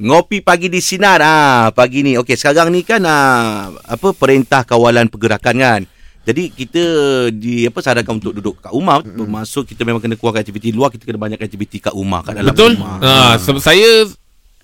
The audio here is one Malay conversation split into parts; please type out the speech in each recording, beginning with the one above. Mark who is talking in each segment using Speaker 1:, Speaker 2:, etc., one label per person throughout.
Speaker 1: Ngopi pagi di Sinar ah pagi ni. Okey, sekarang ni kan ah, apa perintah kawalan pergerakan kan. Jadi kita di apa sarankan untuk duduk kat rumah mm.
Speaker 2: Hmm.
Speaker 1: bermaksud kita memang kena keluarkan aktiviti luar kita kena banyak aktiviti kat rumah kat dalam
Speaker 3: Betul.
Speaker 1: rumah.
Speaker 3: Ha, se- saya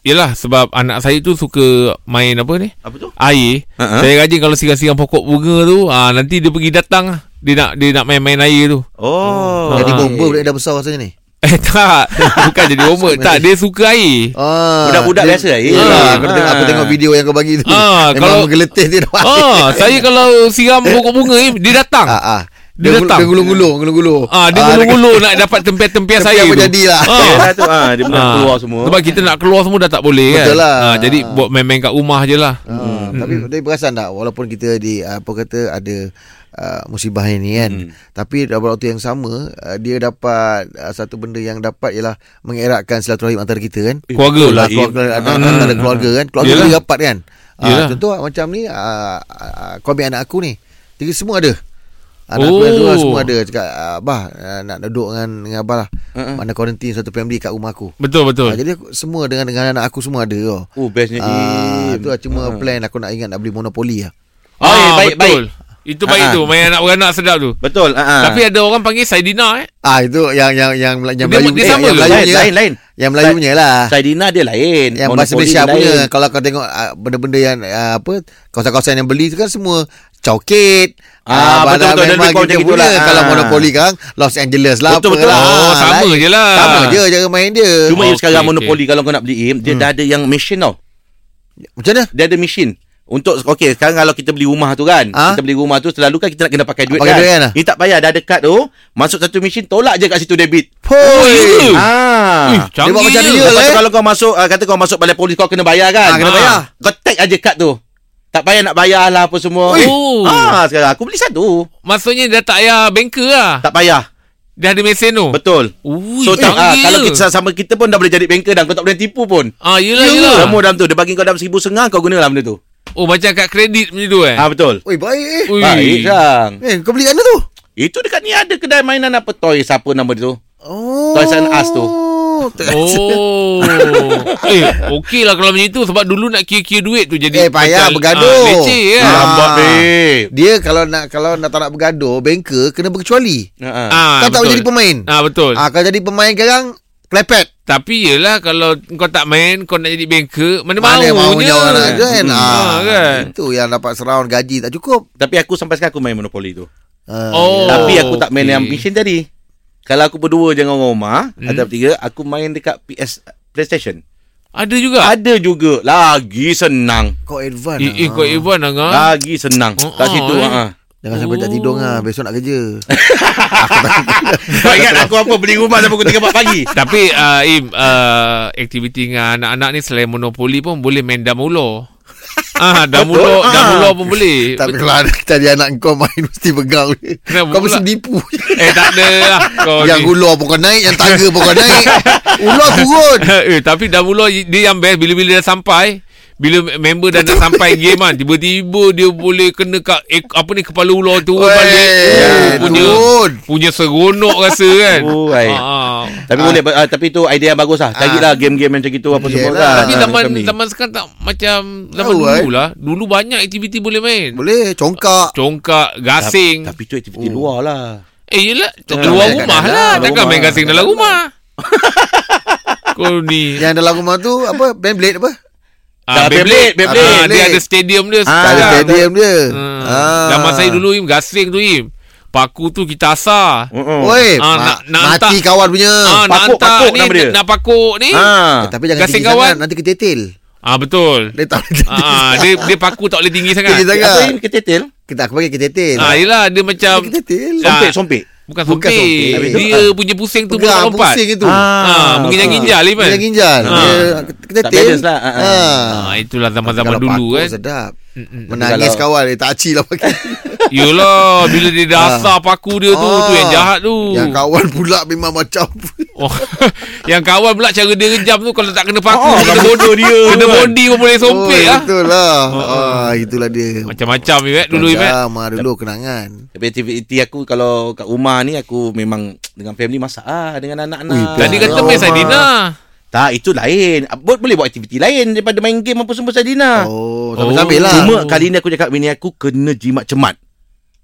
Speaker 3: Yelah sebab anak saya tu suka main apa ni?
Speaker 1: Apa tu?
Speaker 3: Air.
Speaker 1: Ha-ha.
Speaker 3: Uh-huh. Saya rajin kalau siram-siram pokok bunga tu, ah nanti dia pergi datang ah. Dia nak dia nak main-main air tu.
Speaker 1: Oh.
Speaker 3: Ah.
Speaker 2: Jadi
Speaker 1: Jadi
Speaker 2: bomba budak dah besar rasanya ni.
Speaker 3: Eh tak, bukan jadi homework. tak, dia suka air.
Speaker 2: Ah,
Speaker 1: budak-budak
Speaker 2: dia-
Speaker 1: biasa eh.
Speaker 2: Yelah,
Speaker 3: Ah.
Speaker 2: aku, tengok, aku tengok video yang kau bagi tu.
Speaker 3: Ah,
Speaker 2: Memang
Speaker 3: kalau-
Speaker 2: menggeletih dia dah.
Speaker 3: Ah, saya kalau siram pokok bunga ni dia datang.
Speaker 2: Ah, ah.
Speaker 3: Dia
Speaker 2: Dia, gul-
Speaker 3: datang.
Speaker 2: dia gulung-gulung, gulung-gulung.
Speaker 3: Ah, dia gulung-gulung nak dapat tempias-tempias
Speaker 2: Tempias
Speaker 3: saya
Speaker 2: apa
Speaker 3: tu.
Speaker 2: jadilah.
Speaker 3: Ah.
Speaker 1: tu ah dia menang keluar semua.
Speaker 3: Sebab kita nak keluar semua dah tak boleh kan.
Speaker 2: Betul lah.
Speaker 3: Ah, jadi buat main-main kat rumah je lah.
Speaker 2: Ah, tapi tapi perasan tak walaupun kita di ah, apa kata ada uh, musibah ini kan
Speaker 1: Hmm.
Speaker 2: tapi dalam waktu yang sama uh, dia dapat uh, satu benda yang dapat ialah mengeratkan silaturahim antara kita kan
Speaker 1: Eh,
Speaker 3: Keluarga
Speaker 1: betul
Speaker 3: lah,
Speaker 2: Ah, keluarga,
Speaker 1: Im.
Speaker 2: antara, antara keluarga kan keluarga
Speaker 3: Yelah.
Speaker 2: Yelah. rapat kan
Speaker 3: Yelah.
Speaker 2: Ah, contoh ah, macam ni ah, ah, kau ambil anak aku ni tiga semua ada Anak
Speaker 3: Oh.
Speaker 2: oh. aku yang semua ada Cakap Abah ah, Nak duduk dengan, dengan Abah lah
Speaker 1: Ah, ah.
Speaker 2: Mana quarantine Satu family kat rumah aku
Speaker 3: Betul betul.
Speaker 2: Ah, Jadi aku, semua dengan, dengan anak aku Semua ada tau
Speaker 1: Oh bestnya.
Speaker 2: Ah,
Speaker 1: Uh,
Speaker 2: tu lah cuma plan aku nak ingat nak beli monopoli lah.
Speaker 1: Oh, eh, baik,
Speaker 3: Ah, betul. Itu baik
Speaker 1: Ha-ha.
Speaker 3: tu. Main anak-beranak sedap tu.
Speaker 1: Betul. ah, ah.
Speaker 3: Tapi ada orang panggil Saidina eh.
Speaker 2: Ah itu yang yang yang yang
Speaker 3: Dia-
Speaker 2: Melayu
Speaker 3: dia sama
Speaker 2: yang
Speaker 3: ke?
Speaker 1: Eh,
Speaker 2: Melayu
Speaker 1: lain lain lain.
Speaker 2: yang Melayunya lah.
Speaker 1: Saidina dia lain.
Speaker 2: Yang bahasa
Speaker 1: Monopoly
Speaker 2: Malaysia
Speaker 1: dia
Speaker 2: punya
Speaker 1: lain.
Speaker 2: kalau kau tengok ah, benda-benda yang ah, apa kawasan-kawasan yang beli tu kan semua cauket.
Speaker 1: Ah, betul, betul. Dia
Speaker 2: memang
Speaker 1: lebih kurang
Speaker 2: kita
Speaker 1: macam
Speaker 2: pula.
Speaker 1: gitulah.
Speaker 2: Kalau
Speaker 1: Ah.
Speaker 2: monopoli kan Los Angeles lah
Speaker 1: Betul, betul.
Speaker 2: apalah.
Speaker 3: Oh,
Speaker 2: Ah,
Speaker 3: sama
Speaker 2: lain.
Speaker 3: je lah.
Speaker 2: Sama je cara main dia. Oh,
Speaker 1: Cuma Im
Speaker 3: Okey,
Speaker 1: sekarang
Speaker 3: okey. Hmm.
Speaker 1: monopoli kalau kau nak beli Im dia dah ada yang mesin tau.
Speaker 2: Macam mana?
Speaker 1: dia ada mesin untuk okey sekarang kalau kita beli rumah tu kan ha?
Speaker 2: Ah?
Speaker 1: kita beli rumah tu selalu kan kita nak kena pakai duit
Speaker 2: Pakai
Speaker 1: kan,
Speaker 2: duit kan lah.
Speaker 1: ni tak payah dah ada kad tu masuk satu mesin tolak je kat situ debit
Speaker 2: Poi.
Speaker 3: ya
Speaker 2: Ah.
Speaker 3: ke? Ui,
Speaker 1: ha
Speaker 3: canggih
Speaker 2: buat macam
Speaker 3: je.
Speaker 2: dia
Speaker 1: Lepas
Speaker 2: lah.
Speaker 1: tu
Speaker 2: eh.
Speaker 1: kalau kau masuk uh, kata kau masuk balai polis kau kena bayar kan
Speaker 2: Ah, kena
Speaker 3: bayar.
Speaker 1: kau tag aja kad tu tak payah nak bayar lah apa semua
Speaker 3: Ui.
Speaker 1: ha sekarang aku beli satu
Speaker 3: Maksudnya dah tak payah banker lah.
Speaker 1: tak payah
Speaker 3: Dah ada mesin tu.
Speaker 1: betul
Speaker 3: Oh. Ui,
Speaker 1: so tak, ah,
Speaker 3: canggih
Speaker 1: kalau
Speaker 3: je.
Speaker 1: kita sama kita pun dah boleh jadi banker dah kau tak boleh tipu pun
Speaker 3: Ah, yelah, yelah.
Speaker 1: semua dalam tu dia bagi kau dalam seribu sengah kau gunalah benda tu
Speaker 3: Oh, macam kat kredit macam tu eh.
Speaker 2: Ah.
Speaker 1: ha betul
Speaker 2: Oi baik eh.
Speaker 3: Ui.
Speaker 1: baik sang
Speaker 2: Eh kau beli kat mana tu?
Speaker 1: Itu dekat ni ada kedai mainan apa Toys apa nama dia tu
Speaker 2: Oh.
Speaker 1: Toys and Us tu.
Speaker 3: Oh. eh, okey lah kalau macam tu. Sebab dulu nak kira-kira duit tu jadi...
Speaker 2: Eh, payah
Speaker 3: macam,
Speaker 2: bergaduh.
Speaker 3: Ah, leceh kan.
Speaker 2: Ah.
Speaker 3: Ah,
Speaker 1: Lambat babe
Speaker 2: Dia kalau nak kalau nak tak nak bergaduh, banker kena berkecuali.
Speaker 1: Ha-ha.
Speaker 3: ah,
Speaker 2: kau tak
Speaker 3: betul.
Speaker 2: boleh jadi pemain.
Speaker 3: Ah, betul.
Speaker 2: Ah, kalau jadi pemain sekarang klepet.
Speaker 3: Tapi yelah kalau kau tak main, kau nak jadi banker, mana,
Speaker 2: Mana maunya
Speaker 3: maunya
Speaker 2: orang nak kan?
Speaker 3: Hmm.
Speaker 2: Ah,
Speaker 3: Ah, kan?
Speaker 2: Itu yang dapat seraun gaji tak cukup.
Speaker 1: Tapi aku sampai sekarang aku main Monopoly tu
Speaker 2: Ah,
Speaker 3: Oh.
Speaker 2: yelah.
Speaker 1: Tapi aku tak main
Speaker 3: okey.
Speaker 1: yang mission tadi Kalau aku berdua je dengan orang rumah Atau bertiga Aku main dekat PS PlayStation
Speaker 3: Ada juga.
Speaker 1: Ada juga Lagi senang
Speaker 2: kau advance.
Speaker 3: Eh, eh, kau
Speaker 2: ah.
Speaker 3: Ivan lah kan?
Speaker 1: Lagi senang
Speaker 3: Oh,
Speaker 1: Kat situ
Speaker 3: eh.
Speaker 1: ha.
Speaker 2: Jangan sampai tak tidur ah. Besok nak kerja.
Speaker 1: Kau ingat aku apa Beli rumah sampai pukul 3 pagi
Speaker 3: Tapi uh, Im uh, Aktiviti dengan anak-anak ni Selain monopoli pun Boleh main damulo Ah, damulo
Speaker 1: Betul, ah.
Speaker 3: Damulo pun boleh
Speaker 2: Tapi kalau ada tadi anak kau main mesti pegang. dia.
Speaker 3: Kenapa
Speaker 2: Kau mesti
Speaker 3: pula?
Speaker 2: dipu.
Speaker 3: Eh tak ada lah kau
Speaker 2: yang
Speaker 3: ni.
Speaker 2: ular pun kau naik, yang tangga pun kau naik. Ular turun.
Speaker 3: eh, Tapi damulo Dia yang best Bila-bila dah sampai bila member dah nak sampai game kan Tiba-tiba dia boleh kena kat, eh, Apa ni Kepala ular tu
Speaker 2: Weh,
Speaker 3: balik
Speaker 1: ya,
Speaker 3: oh, Punya
Speaker 2: Eh, turun.
Speaker 3: Punya seronok rasa kan
Speaker 1: Oh, hai.
Speaker 3: Ah.
Speaker 1: Tapi boleh ah, Tapi tu idea yang bagus lah Carilah game-game macam itu Apa semua
Speaker 2: Yelah.
Speaker 1: kan
Speaker 3: Tapi
Speaker 1: Ah,
Speaker 3: zaman
Speaker 1: macam ni.
Speaker 3: zaman sekarang tak Macam Zaman
Speaker 2: Tahu,
Speaker 3: dulu
Speaker 2: eh.
Speaker 3: lah Dulu banyak aktiviti boleh main
Speaker 2: Boleh congkak.
Speaker 3: Congkak
Speaker 1: Ta-
Speaker 3: Gasing
Speaker 1: Tapi tu aktiviti luar lah
Speaker 3: Eh yelah
Speaker 2: Congkak
Speaker 3: Keluar
Speaker 2: main kat
Speaker 3: rumah
Speaker 2: dalam,
Speaker 3: lah
Speaker 1: dalam
Speaker 3: Takkan
Speaker 1: rumah.
Speaker 3: main gasing dalam rumah Kau ni
Speaker 2: Yang dalam rumah tu apa? Beyblade apa?
Speaker 1: Dah,
Speaker 3: ah, Beyblade
Speaker 1: Beyblade,
Speaker 3: Beyblade Ah, Dia
Speaker 2: Beyblade.
Speaker 3: ada stadium dia
Speaker 2: Tak ada
Speaker 3: sekarang.
Speaker 2: stadium Ah, dia.
Speaker 3: Hmm.
Speaker 2: Ah.
Speaker 3: Zaman saya dulu Im Gasing tu Im Paku tu kita asar
Speaker 1: Mm-mm.
Speaker 3: Ah,
Speaker 2: Oi, ma-
Speaker 3: nak- nak
Speaker 2: mati
Speaker 3: hantar-
Speaker 2: kawan punya.
Speaker 3: ah, Nak
Speaker 1: Hmm. Pakuk,
Speaker 3: hantar
Speaker 1: pakuk
Speaker 3: ni
Speaker 1: nama dia.
Speaker 3: Nak pakuk ni
Speaker 1: Ah.
Speaker 2: Eh, tapi jangan
Speaker 3: Gasing
Speaker 2: tinggi
Speaker 3: kawan.
Speaker 2: sangat nanti ketetil.
Speaker 3: Ah Betul
Speaker 2: Dia tak boleh ketetil.
Speaker 3: ah, dia, dia paku tak boleh tinggi
Speaker 2: Tinggi
Speaker 3: sangat
Speaker 2: sangat.
Speaker 1: Apa yang ketetil?
Speaker 2: Kita aku panggil ketetil.
Speaker 3: Ah, yelah dia macam
Speaker 2: Ketetil.
Speaker 1: Sompek,
Speaker 3: Ah.
Speaker 1: sompek.
Speaker 3: Bukan
Speaker 2: Bukan
Speaker 3: sompek
Speaker 2: sompek.
Speaker 3: Dia punya pusing tu boleh
Speaker 2: Pegang
Speaker 3: lompat
Speaker 2: pusing itu.
Speaker 3: Ah, mengenyang
Speaker 1: betul.
Speaker 3: ginjal Im kan?
Speaker 2: Dia ginjal.
Speaker 3: Ah.
Speaker 2: Dia
Speaker 1: Tak
Speaker 2: ketetil.
Speaker 1: balance lah, ah, ah.
Speaker 3: Ah, Itulah zaman-zaman
Speaker 2: Kalau
Speaker 3: dulu
Speaker 2: pakut
Speaker 3: kan
Speaker 2: Sedap. Menangis
Speaker 1: Kalau-
Speaker 2: kawan dia tak aci lah pakai.
Speaker 3: Yelah Bila dia dah asar paku dia tu Tu yang
Speaker 2: Ah.
Speaker 3: jahat tu
Speaker 2: Yang kawan pula memang macam
Speaker 3: Oh, yang kawan pula cara dia rejam tu kalau tak kena paku
Speaker 2: Ah,
Speaker 1: Oh,
Speaker 3: kena bodoh dia. Kena body pun boleh sompek
Speaker 2: kan. Oh,
Speaker 3: lah.
Speaker 2: Betul lah. Ah, itulah dia.
Speaker 3: Macam-macam you eh dulu you eh.
Speaker 2: Macam, ah, dulu kenangan.
Speaker 1: Tapi aktiviti aku kalau kat rumah ni aku memang dengan family masak ah dengan anak-anak.
Speaker 2: Ui,
Speaker 3: Tadi kata
Speaker 2: Oh,
Speaker 3: main
Speaker 2: Ma.
Speaker 3: Saidina.
Speaker 1: Tak, itu lain. Bo- Boleh buat aktiviti lain daripada main game apa semua Sadina.
Speaker 3: Oh.
Speaker 2: Oh, sambil-sambil lah.
Speaker 1: Ah. Cuma kali ni aku cakap bini aku kena jimat cemat.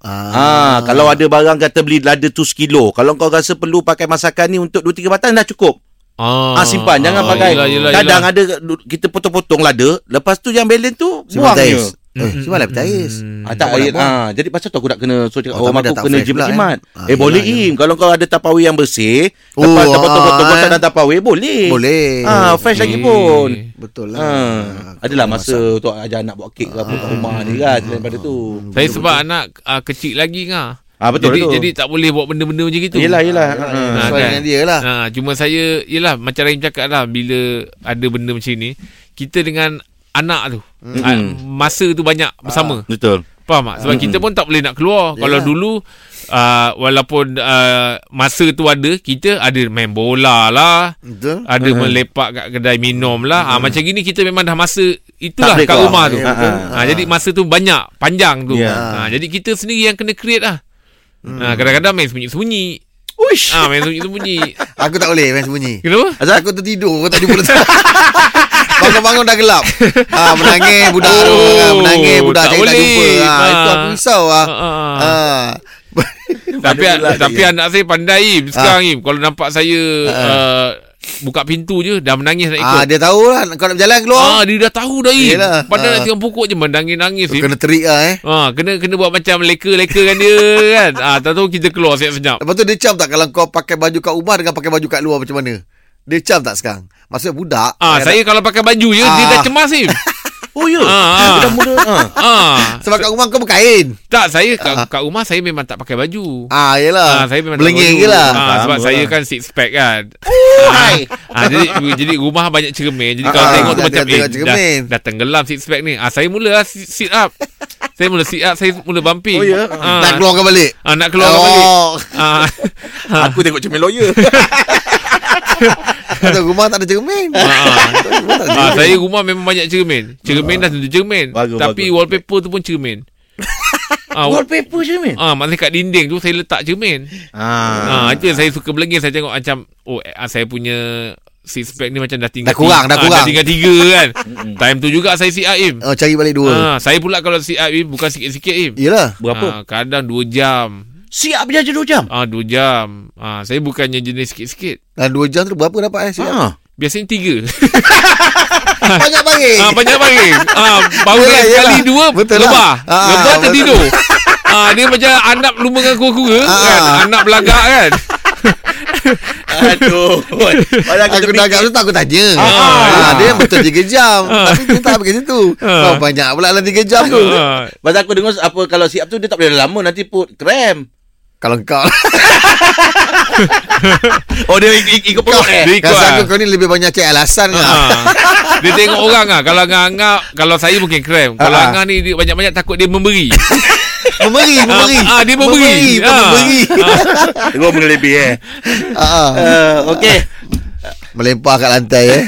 Speaker 1: Ah. Ha, kalau ada barang kata beli lada tu sekilo. Kalau kau rasa perlu pakai masakan ni untuk 2-3 batang dah cukup.
Speaker 3: Ah,
Speaker 1: Ah, simpan. Jangan
Speaker 3: ah,
Speaker 1: pakai.
Speaker 3: yelah, yelah,
Speaker 1: Kadang
Speaker 3: yelah.
Speaker 1: ada du- kita potong-potong lada. Lepas tu yang balance tu buang
Speaker 2: Simpan
Speaker 1: je.
Speaker 2: tayis. Eh, simpan lah tayis.
Speaker 3: Hmm.
Speaker 1: Ah, tak
Speaker 2: boleh lah.
Speaker 1: boleh. Ah, jadi pasal tu aku nak kena so cakap oh, aku
Speaker 2: Oh, tapi dah tak
Speaker 1: kena
Speaker 2: fresh pula,
Speaker 1: jimat-jimat.
Speaker 2: kan? Ah,
Speaker 1: eh boleh
Speaker 2: yelah,
Speaker 1: im. Kalau kau ada tapawi yang bersih,
Speaker 2: Oh,
Speaker 1: lepas
Speaker 2: ah,
Speaker 1: potong-potong
Speaker 2: eh.
Speaker 1: botak dan tapawi boleh.
Speaker 2: Boleh.
Speaker 1: Ah, fresh lagi
Speaker 3: Eh.
Speaker 1: pun.
Speaker 2: Betul lah.
Speaker 1: Ha,
Speaker 3: Ah, lah
Speaker 1: adalah masa tu ajar anak buat kek ke apa
Speaker 2: Ah,
Speaker 1: kat rumah ni kan selain daripada tu.
Speaker 3: Saya sebab anak ah, kecil lagi ngah.
Speaker 1: Ah betul
Speaker 3: jadi,
Speaker 1: betul.
Speaker 3: jadi tak boleh buat benda-benda macam itu.
Speaker 1: yelah yelah.
Speaker 2: Ah,
Speaker 1: Ha.
Speaker 2: Sesuai
Speaker 3: kan?
Speaker 2: dengan dia lah.
Speaker 3: Ha, cuma saya Yelah macam Rahim cakap lah Bila ada benda macam ni Kita dengan anak tu mm. ha, Masa tu banyak bersama
Speaker 1: Betul.
Speaker 3: Faham tak?
Speaker 1: Hmm.
Speaker 3: Sebab kita pun tak boleh nak keluar
Speaker 1: Ya
Speaker 3: Kalau
Speaker 1: lah.
Speaker 3: dulu uh, Walaupun uh, Masa tu ada Kita ada main bola lah
Speaker 2: Betul.
Speaker 3: ada
Speaker 1: Hmm.
Speaker 3: melepak kat kedai minum lah. Ha, macam gini kita memang dah masa itulah
Speaker 1: Tak boleh
Speaker 3: kat
Speaker 1: keluar.
Speaker 3: rumah tu.
Speaker 1: Ya, betul.
Speaker 3: ha, jadi masa tu banyak, panjang tu.
Speaker 1: Ya. Hmm.
Speaker 3: Ha, jadi kita sendiri yang kena create lah. Ha, kadang-kadang main sembunyi-sembunyi. Uish. Ha, main sembunyi-sembunyi.
Speaker 2: Aku tak boleh main sembunyi.
Speaker 3: Kenapa?
Speaker 2: Azal aku tertidur Kau tak jumpa letak Bangun-bangun dah gelap ha, Menangis budak tu
Speaker 3: Oh,
Speaker 2: ha, Menangis budak
Speaker 3: tak
Speaker 2: Saya tak
Speaker 3: boleh.
Speaker 2: jumpa ha,
Speaker 3: Ah.
Speaker 2: Itu aku risau ha.
Speaker 3: Ah, ah,
Speaker 2: Ha.
Speaker 3: tapi
Speaker 1: pula
Speaker 3: tapi
Speaker 1: saya.
Speaker 3: anak saya pandai Im. Sekarang
Speaker 1: Ah.
Speaker 3: Im. Kalau nampak saya uh, buka pintu je dah menangis nak
Speaker 2: Ha,
Speaker 3: ikut.
Speaker 2: Dia tahu lah Kau nak berjalan keluar
Speaker 3: Ah, dia dah tahu dah Im.
Speaker 2: Yelah.
Speaker 3: Padahal nak
Speaker 2: Ah.
Speaker 3: tengok pokok je menangis-nangis
Speaker 2: Kau
Speaker 3: Im.
Speaker 2: Kena terik lah eh
Speaker 3: Ha, kena kena buat macam leka-leka kan dia kan. Ah, ha, tahu kita keluar sekejap.
Speaker 2: Lepas tu dia cam tak Kalau kau pakai baju kat rumah Dengan pakai baju kat luar macam mana Dia cam tak sekarang Maksudnya budak
Speaker 3: Ah, saya kalau pakai baju je dia
Speaker 2: Ah.
Speaker 3: dah cemas Im.
Speaker 1: Oh ya.
Speaker 3: Ah, ah.
Speaker 1: Dah mula. Ha.
Speaker 3: ah.
Speaker 2: Sebab kat rumah kau berkain
Speaker 3: Tak, saya kat, kat rumah saya memang tak pakai baju.
Speaker 2: Ah,
Speaker 3: Ah,
Speaker 2: yelah
Speaker 3: saya memang tak pakai
Speaker 2: Belenging je
Speaker 3: baju.
Speaker 2: lah
Speaker 3: Ah, sebab
Speaker 1: Faham
Speaker 3: saya
Speaker 1: lah.
Speaker 3: kan six pack kan. Ah, jadi jadi rumah banyak cermin. Jadi kalau
Speaker 2: Ah,
Speaker 3: tengok tu
Speaker 2: dah-
Speaker 3: macam
Speaker 2: dah tengok
Speaker 3: eh,
Speaker 2: cermin.
Speaker 3: dah, dah tenggelam six pack ni. Ah, saya mula lah sit sit up. saya mula sit up, saya mula bumping.
Speaker 1: Oh, ya?
Speaker 3: Ah,
Speaker 2: Nak keluarkan balik
Speaker 3: Ah, nak keluar oh. balik. Ah,
Speaker 1: Aku tengok cermin lawyer.
Speaker 2: Atau rumah tak ada cermin
Speaker 3: ah, ah. ah, saya rumah memang banyak cermin. Cermin dah tentu cermin.
Speaker 1: Bagus,
Speaker 3: Tapi
Speaker 1: bagus.
Speaker 3: wallpaper tu pun cermin. Ah,
Speaker 1: Wallpaper cermin.
Speaker 3: Ah, maksudnya kat dinding tu saya letak cermin.
Speaker 1: Ah.
Speaker 3: Ah, itu yang saya suka belengir saya tengok macam oh eh, ah, saya punya six pack ni macam dah tinggal
Speaker 2: Dah kurang, dah
Speaker 3: ah,
Speaker 2: kurang.
Speaker 3: dah tinggal tiga kan. Time tu juga saya sit aim.
Speaker 2: Oh, cari balik dua
Speaker 3: Ah, saya pula kalau sit aim bukan sikit-sikit aim.
Speaker 2: Yelah
Speaker 1: Berapa?
Speaker 3: Ah, kadang 2 jam.
Speaker 1: Siap je 2 jam.
Speaker 3: Ah 2 jam. Ah saya bukannya jenis sikit-sikit.
Speaker 2: Dalam dua jam tu berapa dapat eh?
Speaker 3: Ah.
Speaker 2: Siap?
Speaker 1: Ha.
Speaker 3: Biasanya tiga
Speaker 2: Banyak baring.
Speaker 3: ah, Banyak baring ah, Baru
Speaker 2: Yelah,
Speaker 3: sekali
Speaker 2: yelah.
Speaker 3: dua
Speaker 2: Eh. Betul lah.
Speaker 3: Lebah
Speaker 2: Ah,
Speaker 3: Lebah
Speaker 2: betul.
Speaker 3: tertidur ah, Dia macam anak lumba dengan kura-kura
Speaker 2: Ah.
Speaker 3: kan? Anak belagak kan
Speaker 1: Aduh. Padahal
Speaker 2: Aku
Speaker 1: terfikir.
Speaker 2: dah agak tu tak aku tanya. Ha,
Speaker 3: Ah.
Speaker 2: dia betul 3 jam. Tapi dia tak habis kat situ.
Speaker 3: Ah.
Speaker 2: Kau banyak pula dalam 3 jam tu.
Speaker 3: ah,
Speaker 1: Pasal aku dengar apa kalau siap tu dia tak boleh lama nanti put krem.
Speaker 2: Kalau kau
Speaker 1: Oh dia ik- ikut perut eh.
Speaker 3: Dia ikut
Speaker 2: Rasa
Speaker 3: lah.
Speaker 2: aku kau ni lebih banyak cari alasan lah.
Speaker 3: Ah. Dia tengok orang ah. Kalau nganga, kalau saya mungkin krem. Kalau
Speaker 1: Ah.
Speaker 3: Angah ni dia banyak-banyak takut dia memberi.
Speaker 2: Memberi, memberi.
Speaker 3: Ah, ah, dia memberi.
Speaker 2: Memberi, kau
Speaker 3: Ah.
Speaker 2: memberi.
Speaker 1: Tengok mengelebih eh.
Speaker 2: Ah, ah.
Speaker 1: Uh, okey.
Speaker 2: Melempar kat lantai eh.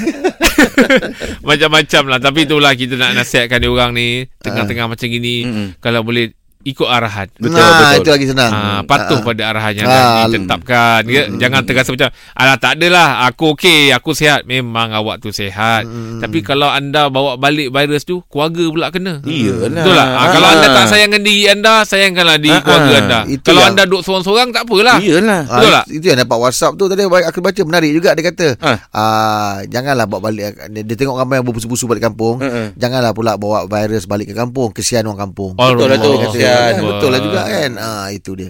Speaker 3: Macam-macam lah. Tapi itulah kita nak nasihatkan dia orang ni
Speaker 2: Ah.
Speaker 3: tengah-tengah macam gini
Speaker 1: Mm-mm.
Speaker 3: kalau boleh ikut arahan.
Speaker 1: Betul,
Speaker 2: nah,
Speaker 1: betul.
Speaker 2: itu lagi senang.
Speaker 3: Ah, patuh
Speaker 2: Ah, ah.
Speaker 3: pada arahan yang
Speaker 2: Ah,
Speaker 3: dah ditetapkan ya. Jangan terasa macam Alah tak adalah Aku okey Aku sihat Memang awak tu sihat Tapi kalau anda bawa balik virus tu Keluarga pula kena
Speaker 1: Iyalah.
Speaker 3: Betul lah ah, Kalau
Speaker 1: Ah.
Speaker 3: anda tak sayangkan diri anda Sayangkanlah diri
Speaker 1: Ah,
Speaker 3: keluarga
Speaker 1: ah.
Speaker 3: anda
Speaker 2: Itu
Speaker 3: Kalau
Speaker 2: yang-
Speaker 3: anda duduk seorang-seorang tak apalah
Speaker 1: Iyalah.
Speaker 2: Ah,
Speaker 3: Betul tak?
Speaker 2: itu- Itu yang dapat WhatsApp tu tadi aku baca menarik juga dia kata.
Speaker 1: Ah.
Speaker 2: Ah, janganlah bawa balik dia, dia tengok ramai yang berbusu-busu balik kampung.
Speaker 1: Uh-uh.
Speaker 2: Janganlah pula bawa virus balik ke kampung. Kesian orang
Speaker 3: Oh,
Speaker 2: kampung.
Speaker 1: Betul lah tu,
Speaker 3: Allah.
Speaker 1: kesian.
Speaker 2: Kan,
Speaker 1: Wah.
Speaker 2: betul lah juga kan. Ah itu dia.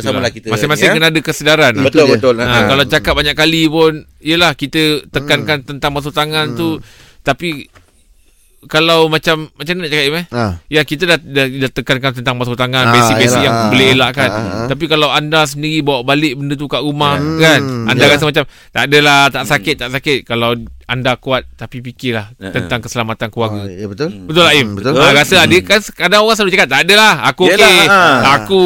Speaker 1: Sama lah kita. ya?
Speaker 3: Masing-masing kena ada kesedaran lah.
Speaker 1: Betul
Speaker 2: Itu dia.
Speaker 1: betul.
Speaker 3: Ha,
Speaker 1: Ha.
Speaker 3: Kalau cakap banyak kali pun Yelah kita tekankan tentang masuk tangan tu Tapi Kalau macam Macam mana nak cakap Im eh?
Speaker 2: Ah.
Speaker 3: Ya kita dah, dah, dah tekankan tentang masuk tangan
Speaker 2: Ah,
Speaker 3: Basic-basic
Speaker 2: yelah,
Speaker 3: yang
Speaker 2: ah,
Speaker 3: boleh elakkan
Speaker 2: ah, ah. Hmm,
Speaker 3: Tapi kalau anda sendiri bawa balik benda tu kat rumah kan Anda
Speaker 2: yelah.
Speaker 3: rasa macam Tak adalah
Speaker 2: Hmm.
Speaker 3: tak sakit tak sakit Kalau anda kuat Tapi fikirlah tentang keselamatan
Speaker 2: Ah,
Speaker 3: keluarga
Speaker 2: ya betul.
Speaker 3: Betul tak Im?
Speaker 2: Hmm, betul.
Speaker 3: Ha, rasa dia kan kadang orang selalu cakap Tak adalah aku
Speaker 1: Yelah,
Speaker 3: okey
Speaker 1: ah.
Speaker 3: Aku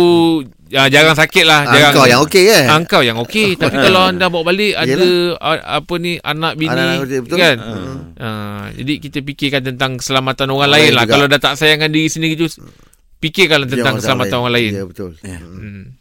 Speaker 3: ah, jarang sakit lah
Speaker 2: Ah,
Speaker 3: jarang,
Speaker 2: Kau yang okey kan?
Speaker 3: Ah, engkau yang okey Tapi kalau anda bawa balik Ada ah, apa ni Anak bini
Speaker 2: Anak-anak betul, betul.
Speaker 3: Kan
Speaker 2: Hmm.
Speaker 3: Ah, Jadi kita fikirkan tentang Keselamatan orang
Speaker 2: Orang
Speaker 3: lain
Speaker 2: lain
Speaker 3: lah
Speaker 2: juga.
Speaker 3: Kalau dah tak sayangkan diri sendiri tu Fikirkan tentang keselamatan orang lain
Speaker 2: Ya betul.
Speaker 3: Hmm.